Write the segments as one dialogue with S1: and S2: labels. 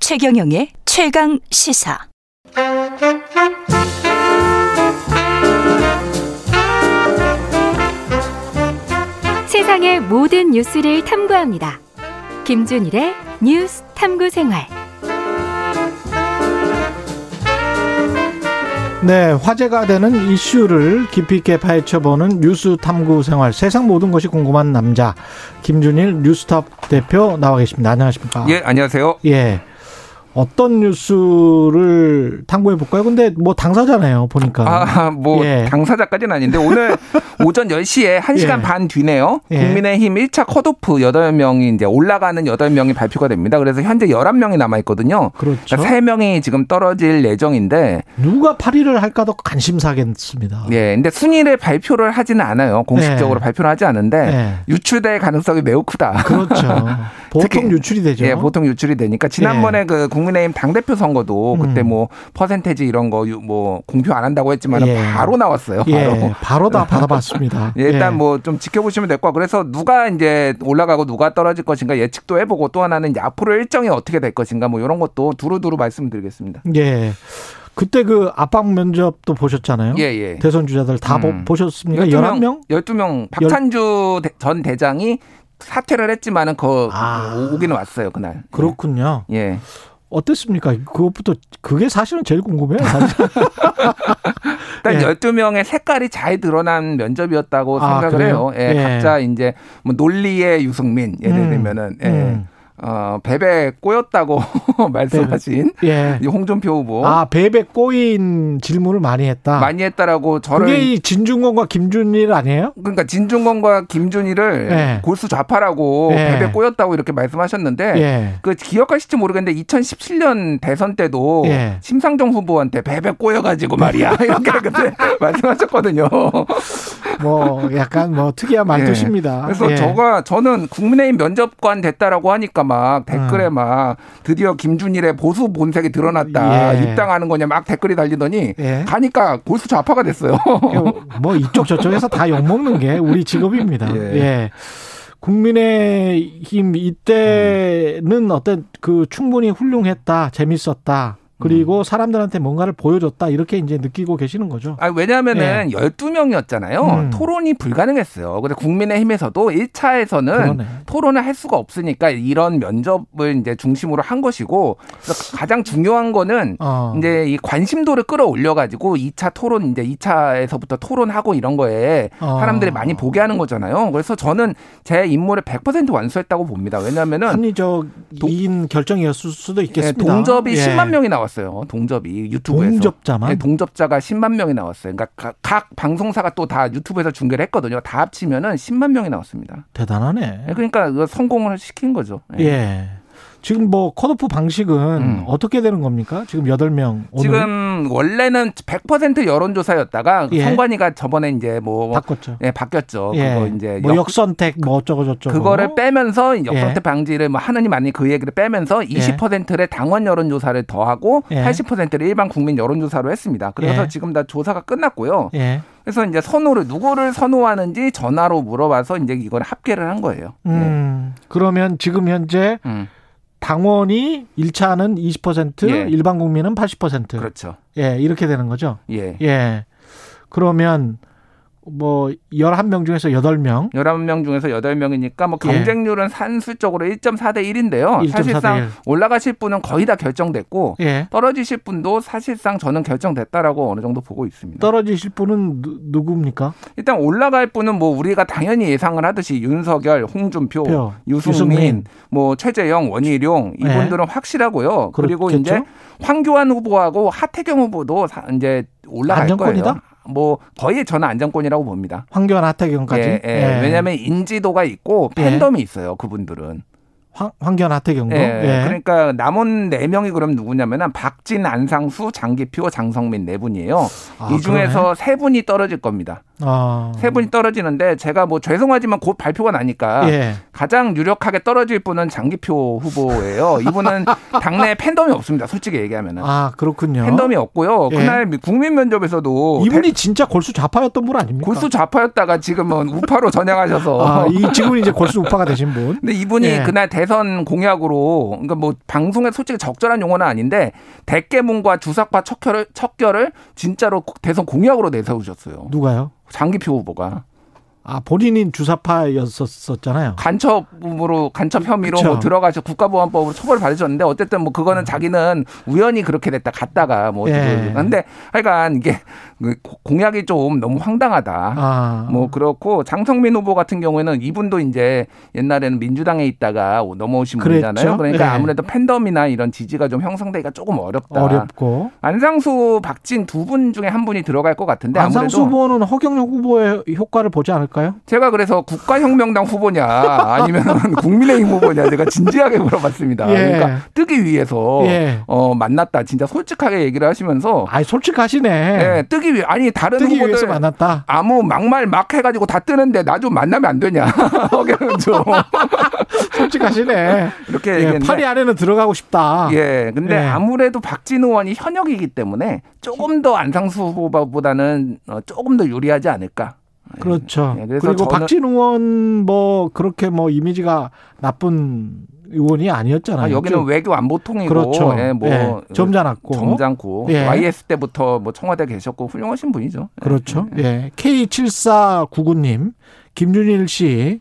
S1: 최경영의 최강 시사.
S2: 세상의 모든 뉴스를 탐구합니다. 김준일의 뉴스 탐구 생활.
S3: 네, 화제가 되는 이슈를 깊이 있게 파헤쳐보는 뉴스 탐구 생활. 세상 모든 것이 궁금한 남자. 김준일 뉴스탑 대표 나와 계십니다. 안녕하십니까?
S4: 예, 안녕하세요.
S3: 예. 어떤 뉴스를 탐구해 볼까요? 근데 뭐 당사자네요, 보니까.
S4: 아, 뭐
S3: 예.
S4: 당사자까지는 아닌데 오늘 오전 10시에 1시간
S3: 예.
S4: 반 뒤네요.
S3: 예.
S4: 국민의힘 1차 컷오프 8명이 이제 올라가는 8명이 발표가 됩니다. 그래서 현재 11명이 남아 있거든요.
S3: 그렇죠.
S4: 그러니까 3명이 지금 떨어질 예정인데
S3: 누가 8위를 할까도 관심사겠습니다.
S4: 예, 근데 순위를 발표를 하지는 않아요. 공식적으로
S3: 아. 예.
S4: 발표를 하지 않는데
S3: 예.
S4: 유출될 가능성이 매우 크다.
S3: 그렇죠. 보통
S4: 특히-
S3: 유출이 되죠. 예.
S4: 예, 보통 유출이 되니까 지난번에 그 국민의힘 당대표 선거도 그때
S3: 음.
S4: 뭐 퍼센테이지 이런 거 뭐 공표 안 한다고 했지만
S3: 예.
S4: 바로 나왔어요.
S3: 예,
S4: 바로.
S3: 바로 다 받아봤습니다.
S4: 예, 일단
S3: 예.
S4: 뭐 좀 지켜보시면 될 것 같고 그래서 누가 이제 올라가고 누가 떨어질 것인가 예측도 해보고 또 하나는 이제 앞으로 일정이 어떻게 될 것인가 뭐 이런 것도 두루두루 말씀드리겠습니다.
S3: 예. 그때 그 압박 면접도 보셨잖아요.
S4: 예, 예.
S3: 대선 주자들 다
S4: 음. 네.
S3: 보, 셨습니까 11명?
S4: 12명 박찬주 대- 전 대장이 사퇴를 했지만은 그
S3: 아.
S4: 오- 오기는 왔어요 그날.
S3: 그렇군요.
S4: 예.
S3: 어땠습니까? 그것부터 그게 사실은 제일 궁금해요. 사실.
S4: 일단
S3: 예.
S4: 12명의 색깔이 잘 드러난 면접이었다고
S3: 아,
S4: 생각을
S3: 그래요?
S4: 해요. 예,
S3: 예.
S4: 각자 이제 뭐 논리의 유승민 예를
S3: 음,
S4: 들면은 예.
S3: 음.
S4: 어, 베베 꼬였다고 말씀하신
S3: 예.
S4: 이 홍준표 후보
S3: 아, 베베 꼬인 질문을 많이 했다.
S4: 많이 했다라고
S3: 아. 그게
S4: 저를
S3: 이 진중권과 김준일 아니에요?
S4: 그러니까 진중권과 김준희를
S3: 예.
S4: 골수 좌파라고
S3: 예.
S4: 베베 꼬였다고 이렇게 말씀하셨는데
S3: 예.
S4: 그 기억하실지 모르겠는데 2017년 대선 때도
S3: 예.
S4: 심상정 후보한테 베베 꼬여가지고 말이야 이렇게 그때 말씀하셨거든요.
S3: 뭐 약간 뭐 특이한 말투십니다.
S4: 그래서
S3: 예.
S4: 저가 저는 국민의힘 면접관 됐다라고 하니까 막 댓글에
S3: 음.
S4: 막 드디어 김준일의 보수 본색이 드러났다
S3: 예.
S4: 입당하는 거냐 막 댓글이 달리더니
S3: 예.
S4: 가니까 골수 좌파가 됐어요.
S3: 뭐 이쪽 저쪽에서 다 욕먹는 게 우리 직업입니다. 예.
S4: 예.
S3: 국민의힘 이때는 어떤 그 충분히 훌륭했다, 재밌었다.
S4: 음.
S3: 그리고 사람들한테 뭔가를 보여줬다 이렇게 이제 느끼고 계시는 거죠.
S4: 아, 왜냐면은 12명이었잖아요.
S3: 예. 음.
S4: 토론이 불가능했어요. 근데 국민의힘에서도 1차에서는
S3: 그러네.
S4: 토론을 할 수가 없으니까 이런 면접을 이제 중심으로 한 것이고 그래서 가장 중요한 거는
S3: 어.
S4: 이제 이 관심도를 끌어올려 가지고 2차 토론 이제 2차에서부터 토론하고 이런 거에
S3: 어.
S4: 사람들이 많이 보게 하는 거잖아요. 그래서 저는 제 임무를 100% 완수했다고 봅니다. 왜냐면은
S3: 합리적인 결정이었을 수도
S4: 예,
S3: 있겠습니다.
S4: 동접이
S3: 예.
S4: 10만 명이 나왔어요. 동접이 유튜브에서.
S3: 동접자만
S4: 네, 동접자가 10만 명이 나왔어요. 그러니까 가- 각 방송사가 또 다 유튜브에서 중계를 했거든요. 다 합치면은 10만 명이 나왔습니다.
S3: 대단하네.
S4: 네, 그러니까 이거 성공을 시킨 거죠. 네.
S3: 예. 지금 뭐 컷오프 방식은
S4: 음.
S3: 어떻게 되는 겁니까? 지금 8명 오늘
S4: 지금 원래는 100% 여론조사였다가
S3: 예.
S4: 선관위가 저번에 이제 뭐
S3: 바꿨죠.
S4: 예, 바뀌었죠. 그거 이제
S3: 뭐
S4: 역-
S3: 역, 선택뭐 어쩌고 저쩌고
S4: 그거를 빼면서 이 역선택
S3: 예.
S4: 방지를 뭐 하느니 많이 그 얘기를 빼면서 20%를 당원 여론조사를 더하고
S3: 예.
S4: 80%를 일반 국민 여론조사로 했습니다. 그래서
S3: 예.
S4: 지금 다 조사가 끝났고요.
S3: 예.
S4: 그래서 이제 선호를 누구를 선호하는지 전화로 물어봐서 이제 이걸 합계를 한 거예요. 네.
S3: 음. 그러면 지금 현재
S4: 음,
S3: 당원이 1차는 20%,
S4: 예.
S3: 일반 국민은 80%.
S4: 그렇죠.
S3: 예, 이렇게 되는 거죠.
S4: 예.
S3: 예. 그러면 뭐 11명 중에서 8명
S4: 11명 중에서 8명이니까 뭐
S3: 예.
S4: 경쟁률은 산술적으로 1.4 대 1인데요.
S3: 1.4대 1.
S4: 어, 사실상 올라가실 분은 거의 다 결정됐고
S3: 예.
S4: 떨어지실 분도 사실상 저는 결정됐다라고 어느 정도 보고 있습니다.
S3: 떨어지실 분은 누, 누굽니까?
S4: 일단 올라갈 분은 뭐 우리가 당연히 예상을 하듯이 윤석열, 홍준표,
S3: 표.
S4: 유승민,
S3: 유승민.
S4: 뭐 최재형, 원희룡 이분들은 확실하고요. 그리고
S3: 네. 그렇겠죠?
S4: 이제 황교안 후보하고 하태경 후보도 사- 이제 올라갈
S3: 안정권이다?
S4: 거예요. 뭐 거의 저는 안정권이라고 봅니다.
S3: 황교안 하태경까지.
S4: 예, 예. 왜냐하면 인지도가 있고
S3: 예.
S4: 팬덤이 있어요 그분들은.
S3: 황, 황교안 하태경도.
S4: 예,
S3: 예.
S4: 그러니까 남은 네 명이 그럼 누구냐면은 박진, 안상수, 장기표, 장성민 네 분이에요.
S3: 아,
S4: 이 중에서 세 분이 떨어질 겁니다.
S3: 그러네. 아.
S4: 세 분이 떨어지는데 제가 뭐 죄송하지만 곧 발표가 나니까
S3: 예.
S4: 가장 유력하게 떨어질 분은 장기표 후보예요. 이분은 당내 팬덤이 없습니다. 솔직히 얘기하면은
S3: 아, 그렇군요.
S4: 팬덤이 없고요.
S3: 예.
S4: 그날 국민 면접에서도
S3: 이분이 진짜 골수 좌파였던 분 아닙니까?
S4: 어, 골수 어. 좌파였다가 지금은 우파로 전향하셔서
S3: 아, 이 지금 이제 골수 우파가 되신 분.
S4: 근데 이분이
S3: 예.
S4: 그날 대선 공약으로 그러니까 뭐 방송에 솔직히 적절한 용어는 아닌데 대깨문과 주사파 척결을 척결을 진짜로 대선 공약으로 내세우셨어요.
S3: 누가요?
S4: 장기표 후보가
S3: 아 본인이 주사파였었잖아요.
S4: 간첩으로 간첩 혐의로
S3: 그쵸. 음.
S4: 뭐 들어가서 국가보안법으로 처벌 받으셨는데 어쨌든 뭐 그거는 자기는 우연히 그렇게 됐다 갔다가 뭐
S3: 예.
S4: 예. 근데 하여간 이게 그 고- 공약이 좀 너무 황당하다.
S3: 아,
S4: 뭐 그렇고 장성민 후보 같은 경우에는 이분도 이제 옛날에는 민주당에 있다가 넘어오신
S3: 그랬죠.
S4: 분이잖아요. 그러니까
S3: 예.
S4: 아무래도 팬덤이나 이런 지지가 좀 형성되기가 조금 어렵다.
S3: 어렵고
S4: 안상수, 박진 두 분 중에 한 분이 들어갈 것 같은데
S3: 안상수
S4: 아무래도
S3: 후보는 허경영 후보의 효과를 보지 않을까요?
S4: 제가 그래서 국가혁명당 후보냐 아니면 국민의힘 후보냐 제가 진지하게 물어봤습니다.
S3: 예.
S4: 그러니까 뜨기 위해서
S3: 예.
S4: 어, 만났다. 진짜 솔직하게 얘기를 하시면서
S3: 아 솔직하시네.
S4: 예, 뜨기 위해 아니 다른
S3: 뜨기 위해서
S4: 후보들
S3: 만났다.
S4: 아무 막말 막 해가지고 다 뜨는데 나 좀 만나면 안 되냐. 허경영 좀.
S3: 솔직하시네.
S4: 이렇게
S3: 예,
S4: 얘기했는데.
S3: 파리 안에는 들어가고 싶다.
S4: 예, 근데
S3: 예.
S4: 아무래도 박진 의원이 현역이기 때문에 조금 더 안상수 후보보다는 어, 조금 더 유리하지 않을까.
S3: 그렇죠.
S4: 예, 그래서
S3: 그리고
S4: 저는-
S3: 박진 의원 뭐 그렇게 뭐 이미지가 나쁜 의원이 아니었잖아요.
S4: 아, 여기는 외교 안보통이고,
S3: 그렇죠.
S4: 예, 뭐
S3: 예, 점잖았고.
S4: 점잖고
S3: 예.
S4: YS 때부터 뭐 청와대 계셨고 훌륭하신 분이죠.
S3: 그렇죠.
S4: 네.
S3: 예. K7499님, 김준일 씨,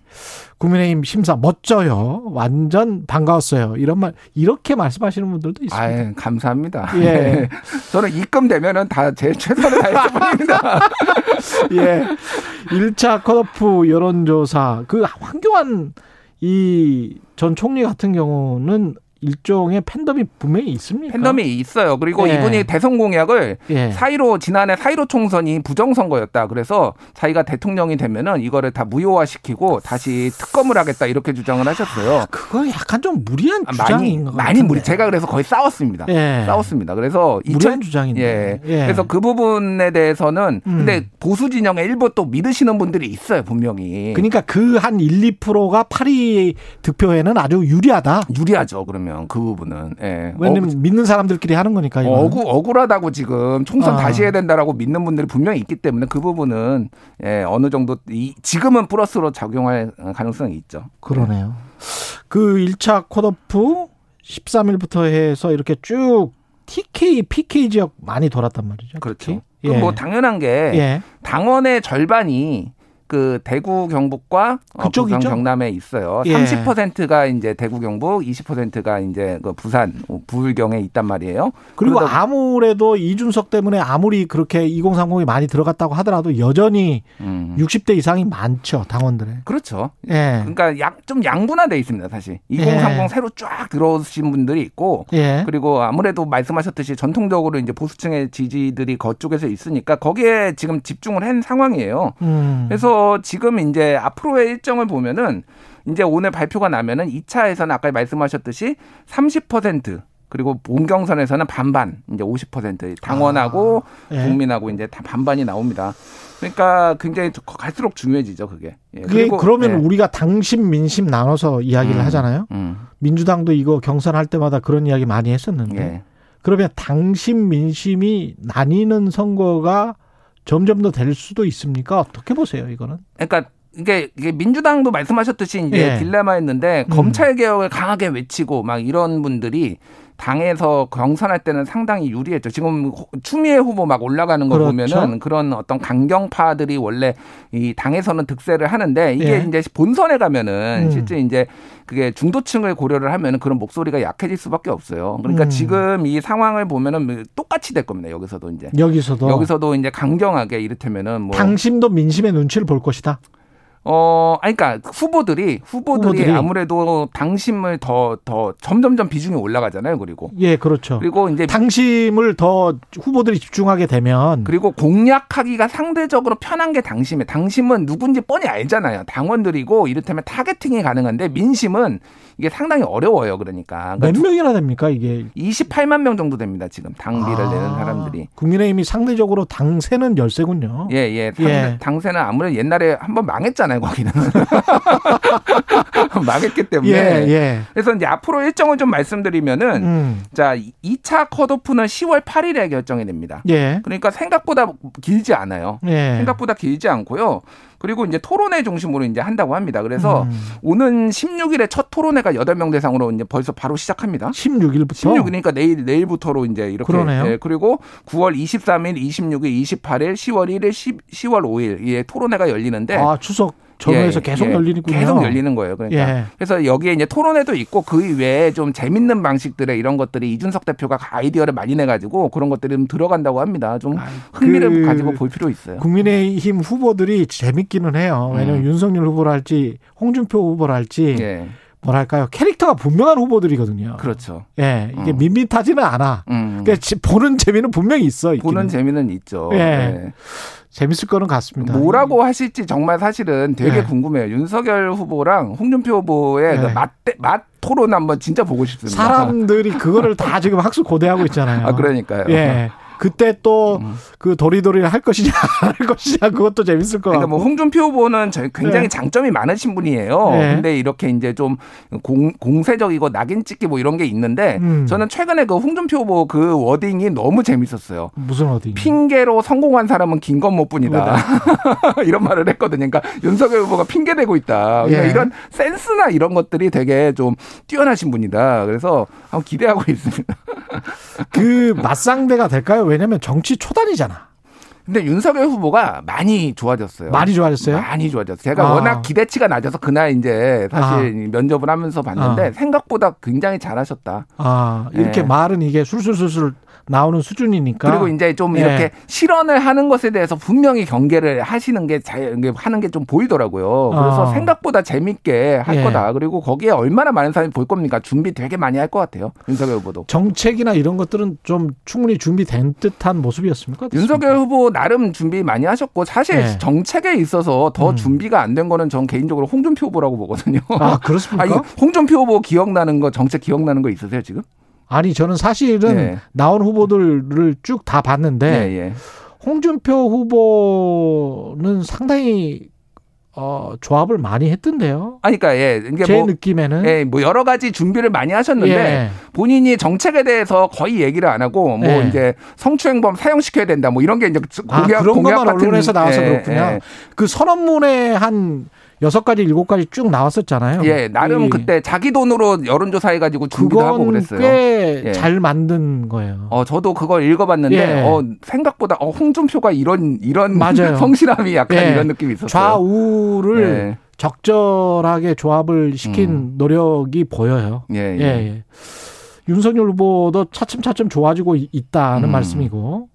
S3: 국민의힘 심사 멋져요. 완전 반가웠어요. 이런 말, 이렇게 말씀하시는 분들도 있습니다.
S4: 아, 감사합니다. 네.
S3: 예.
S4: 저는 입금되면은 다 제 최선을 다했을 뿐입니다.
S3: 예. 1차 컷오프 여론조사, 그 황교안 이 전 총리 같은 경우는 일종의 팬덤이 분명히 있습니까?
S4: 팬덤이 있어요. 그리고
S3: 예.
S4: 이분이 대선 공약을
S3: 예.
S4: 사이로 지난해 사이로 총선이 부정선거였다. 그래서 자기가 대통령이 되면은 이거를 다 무효화시키고 다시 특검을 하겠다 이렇게 주장을 하셨어요.
S3: 그거 약간 좀 무리한
S4: 아, 많이
S3: 주장인 것 같아요.
S4: 많이 무리. 제가 그래서 거의 싸웠습니다.
S3: 예.
S4: 싸웠습니다. 그래서
S3: 무리한
S4: 2000
S3: 주장인데.
S4: 예. 그래서 그 부분에 대해서는
S3: 음.
S4: 근데 보수 진영의 일부 또 믿으시는 분들이 있어요 분명히.
S3: 그러니까 그 한 1, 2%가 파리 득표에는 아주 유리하다.
S4: 유리하죠 그러면 그 부분은. 예.
S3: 왜냐면 믿는 사람들끼리 하는 거니까. 이거는.
S4: 어, 구 억울하다고 지금 총선
S3: 아.
S4: 다시 해야 된다라고 믿는 분들이 분명히 있기 때문에 그 부분은 예, 어느 정도 이, 지금은 플러스로 작용할 가능성이 있죠.
S3: 그러네요. 그 1차 컷오프 13일부터 해서 이렇게 쭉 TK, PK 지역 많이 돌았단 말이죠.
S4: 그렇죠.
S3: 특히. 예.
S4: 그뭐 네. 당연한 게
S3: 예.
S4: 당원의 절반이 그 대구 경북과 어,
S3: 그쪽이죠?
S4: 부산 경남에 있어요.
S3: 예.
S4: 30%가 이제 대구 경북, 20%가 이제 그 부산 어, 부울경에 있단 말이에요.
S3: 그리고
S4: 그러다-
S3: 아무래도 이준석 때문에 아무리 그렇게 2030이 많이 들어갔다고 하더라도 여전히
S4: 음.
S3: 60대 이상이 많죠. 당원들의.
S4: 그렇죠.
S3: 예.
S4: 그러니까 양, 좀 양분화돼 있습니다, 사실. 2030
S3: 예.
S4: 새로 쫙 들어오신 분들이 있고
S3: 예.
S4: 그리고 아무래도 말씀하셨듯이 전통적으로 이제 보수층의 지지들이 거쪽에서 있으니까 거기에 지금 집중을 한 상황이에요.
S3: 음.
S4: 그래서 지금 이제 앞으로의 일정을 보면은 이제 오늘 발표가 나면은 2차에서는 아까 말씀하셨듯이 30% 그리고 본경선에서는 반반 이제 50% 당원하고
S3: 예.
S4: 국민하고 이제 다 반반이 나옵니다. 그러니까 굉장히 갈수록 중요해지죠 그게. 예,
S3: 그게
S4: 그리고-
S3: 그러면
S4: 예.
S3: 우리가 당심 민심 나눠서 이야기를
S4: 음.
S3: 하잖아요.
S4: 음,
S3: 민주당도 이거 경선할 때마다 그런 이야기 많이 했었는데
S4: 예.
S3: 그러면 당심 민심이 나뉘는 선거가 점점 더 될 수도 있습니까? 어떻게 보세요, 이거는?
S4: 그러니까 이게, 이게 민주당도 말씀하셨듯이 이제
S3: 예.
S4: 딜레마였는데
S3: 음.
S4: 검찰 개혁을 강하게 외치고 막 이런 분들이 당에서 경선할 때는 상당히 유리했죠. 지금 호- 추미애 후보 막 올라가는 거
S3: 그렇죠.
S4: 보면은 그런 어떤 강경파들이 원래 이 당에서는 득세를 하는데 이게
S3: 예.
S4: 이제 본선에 가면은
S3: 음.
S4: 실제 이제 그게 중도층을 고려를 하면은 그런 목소리가 약해질 수밖에 없어요. 그러니까
S3: 음.
S4: 지금 이 상황을 보면은 뭐 똑같이 될 겁니다. 여기서도 이제
S3: 여기서도
S4: 예. 여기서도 이제 강경하게 이를테면은 뭐
S3: 뭐. 당심도 민심의 눈치를 볼 것이다.
S4: 어, 아니, 그러니까 후보들이 후보들이,
S3: 후보들이.
S4: 아무래도 당심을 더 더 점점점 비중이 올라가잖아요. 그리고
S3: 예, 그렇죠.
S4: 그리고 이제
S3: 당심을 더 후보들이 집중하게 되면
S4: 그리고 공략하기가 상대적으로 편한 게 당심이에요. 당심은 누군지 뻔히 알잖아요. 당원들이고 이를테면 타겟팅이 가능한데 민심은 이게 상당히 어려워요. 그러니까,
S3: 몇
S4: 그러니까
S3: 명이나 됩니까, 이게?
S4: 28만 명 정도 됩니다. 지금 당비를
S3: 아,
S4: 내는 사람들이.
S3: 국민의힘이 상대적으로 당세는 열세군요.
S4: 예, 예. 당,
S3: 예.
S4: 당세는 아무래도 옛날에 한번 망했잖아요, 거기는. 망했기 때문에.
S3: 예, 예.
S4: 그래서 이제 앞으로 일정을 좀 말씀드리면은
S3: 음.
S4: 자, 2차 컷오프는 10월 8일에 결정이 됩니다.
S3: 예.
S4: 그러니까 생각보다 길지 않아요.
S3: 예.
S4: 생각보다 길지 않고요. 그리고 이제 토론회 중심으로 이제 한다고 합니다. 그래서
S3: 음.
S4: 오는 16일에 첫 토론회가 8명 대상으로 이제 벌써 바로 시작합니다.
S3: 16일부터
S4: 16일이니까 내일 내일부터로 이제 이렇게
S3: 그러네요.
S4: 예, 그리고 9월 23일, 26일, 28일, 10월 1일, 10, 월 5일 예, 토론회가 열리는데
S3: 아 추석 전후에서
S4: 예,
S3: 계속
S4: 예,
S3: 열리는군요.
S4: 계속 열리는 거예요. 그러니까
S3: 예.
S4: 그래서 여기에 이제 토론회도 있고 그 이외에 좀 재밌는 방식들의 이런 것들이 이준석 대표가 아이디어를 많이 내가지고 그런 것들이 좀 들어간다고 합니다. 좀 흥미를
S3: 그
S4: 가지고 볼 필요 있어요.
S3: 국민의힘 후보들이 재밌기는 해요. 왜냐면
S4: 네. 음.
S3: 윤석열 후보랄지 홍준표 후보랄지
S4: 예,
S3: 뭐랄까요 캐릭터가 분명한 후보들이거든요.
S4: 그렇죠.
S3: 예, 이게
S4: 음.
S3: 밋밋하지는 않아.
S4: 음,
S3: 그러니까 지- 보는 재미는 분명히 있어. 있기는.
S4: 보는 재미는 있죠.
S3: 예.
S4: 예.
S3: 재밌을 거는 같습니다.
S4: 뭐라고 하실지 정말 사실은 되게
S3: 예.
S4: 궁금해요. 윤석열 후보랑 홍준표 후보의
S3: 예.
S4: 그 맞대, 맞 토론 한번 진짜 보고 싶습니다.
S3: 사람들이 그거를 다 지금 학습 고대하고 있잖아요.
S4: 아 그러니까요.
S3: 예. 그때 또 그
S4: 음.
S3: 도리도리 할 것이냐 안 할 것이냐 그것도 재밌을 것 같고.
S4: 그러니까 뭐 홍준표 후보는 저희 굉장히
S3: 네.
S4: 장점이 많으신 분이에요.
S3: 네.
S4: 근데 이렇게 이제 좀 공, 공세적이고 낙인 찍기 뭐 이런 게 있는데
S3: 음.
S4: 저는 최근에 그 홍준표 후보 그 워딩이 너무 재밌었어요.
S3: 무슨 어디?
S4: 핑계로 성공한 사람은 김건모뿐이다. 이런 말을 했거든요. 그러니까 윤석열 후보가 핑계 대고 있다. 그러니까
S3: 예.
S4: 이런 센스나 이런 것들이 되게 좀 뛰어나신 분이다. 그래서 한번 기대하고 있습니다.
S3: 그 맞상대가 될까요? 왜냐면 정치 초단이잖아.
S4: 근데 윤석열 후보가 많이 좋아졌어요.
S3: 많이 좋아졌어요.
S4: 많이 좋아졌어요. 제가
S3: 아.
S4: 워낙 기대치가 낮아서 그날 이제 사실 면접을 하면서 봤는데
S3: 아.
S4: 생각보다 굉장히 잘하셨다.
S3: 아
S4: 예.
S3: 이렇게 말은 이게 술술술술 나오는 수준이니까.
S4: 그리고 이제 좀
S3: 예.
S4: 이렇게 실언을 하는 것에 대해서 분명히 경계를 하시는 게 잘, 이게 하는 게 좀 보이더라고요. 그래서
S3: 아.
S4: 생각보다 재밌게 할
S3: 예.
S4: 거다. 그리고 거기에 얼마나 많은 사람이 볼 겁니까? 준비 되게 많이 할 것 같아요. 윤석열 후보도.
S3: 정책이나 이런 것들은 좀 충분히 준비된 듯한 모습이었습니까? 어땠습니까?
S4: 윤석열 후보 나름 준비 많이 하셨고 사실
S3: 예.
S4: 정책에 있어서 더
S3: 음.
S4: 준비가 안 된 거는 전 개인적으로 홍준표 후보라고 보거든요.
S3: 아
S4: 아, 이거
S3: 그렇습니까?
S4: 홍준표 후보 기억나는 거 정책 기억나는 거 있으세요 지금?
S3: 아, 니 저는 사실은
S4: 예.
S3: 나온 후보들을 쭉 다 봤는데
S4: 예.
S3: 홍준표 후보는 상당히 어, 조합을 많이 했던데요.
S4: 아니, 그러니까 예, 이게
S3: 제
S4: 뭐,
S3: 느낌에는
S4: 예, 뭐 여러 가지 준비를 많이 하셨는데
S3: 예.
S4: 본인이 정책에 대해서 거의 얘기를 안 하고 뭐
S3: 예.
S4: 이제 성추행범 사형시켜야 된다 뭐 이런 게 이제
S3: 아,
S4: 공약
S3: 그런
S4: 공약
S3: 것만
S4: 같은-
S3: 언론에서 나와서
S4: 예,
S3: 그렇구나. 그 선언문에 한 여섯 가지 일곱 가지 쭉 나왔었잖아요.
S4: 예, 예, 나름
S3: 이-
S4: 그때 자기 돈으로 여론조사 해가지고 준비도 하고
S3: 그건
S4: 그랬어요.
S3: 꽤
S4: 예.
S3: 잘 만든 거예요.
S4: 어, 저도 그걸 읽어봤는데
S3: 예.
S4: 어, 생각보다 어, 홍준표가 이런 이런
S3: 맞아요.
S4: 성실함이 약간
S3: 예.
S4: 이런 느낌이 있었어요.
S3: 좌우를
S4: 예. 음.
S3: 적절하게 조합을 시킨 노력이 보여요.
S4: 예, 예.
S3: 예, 예. 윤석열 후보도 차츰차츰 좋아지고 이- 있다는
S4: 음.
S3: 말씀이고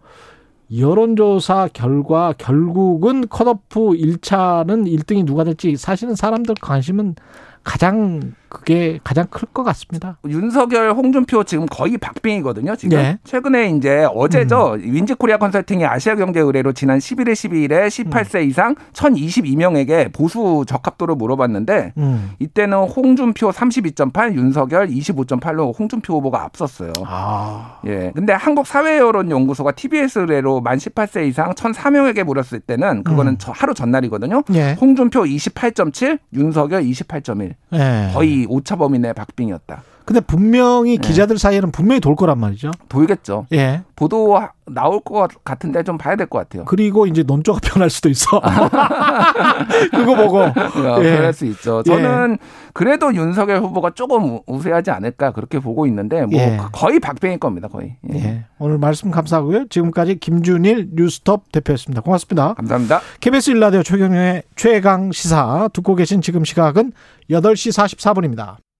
S3: 여론조사 결과 결국은 컷오프 1차는 1등이 누가 될지 사실은 사람들 관심은 가장 그게 가장 클 것 같습니다.
S4: 윤석열, 홍준표 지금 거의 박빙이거든요. 지금
S3: 예.
S4: 최근에 이제 어제죠
S3: 음.
S4: 윈지코리아 컨설팅이 아시아 경제 의뢰로 지난 11일, 12일에 18세
S3: 음.
S4: 이상 1,022명에게 보수 적합도를 물어봤는데
S3: 음.
S4: 이때는 홍준표 32.8, 윤석열 25.8로 홍준표 후보가 앞섰어요.
S3: 아,
S4: 예. 근데 한국 사회 여론 연구소가 TBS 의뢰로 만 18세 이상 1,004명에게 물었을 때는 그거는
S3: 음.
S4: 저- 하루 전날이거든요.
S3: 예,
S4: 홍준표 28.7, 윤석열 28.1.
S3: 예.
S4: 거의 예. 오차범위 내 박빙이었다.
S3: 근데 분명히 기자들 사이에는 분명히 돌 거란 말이죠.
S4: 돌겠죠.
S3: 예.
S4: 보도 나올 것 같은데 좀 봐야 될 것 같아요.
S3: 그리고 이제 논조가 변할 수도 있어. 그거 보고.
S4: 어,
S3: 예.
S4: 그럴 수 있죠. 저는 그래도 윤석열 후보가 조금 우- 우세하지 않을까 그렇게 보고 있는데 뭐
S3: 예.
S4: 거의 박빙일 겁니다. 거의. 예.
S3: 예. 오늘 말씀 감사하고요. 지금까지 김준일 뉴스톱 대표였습니다. 고맙습니다.
S4: 감사합니다.
S3: KBS 일라디오 최경영의 최강 시사 듣고 계신 지금 시각은 8시 44분입니다.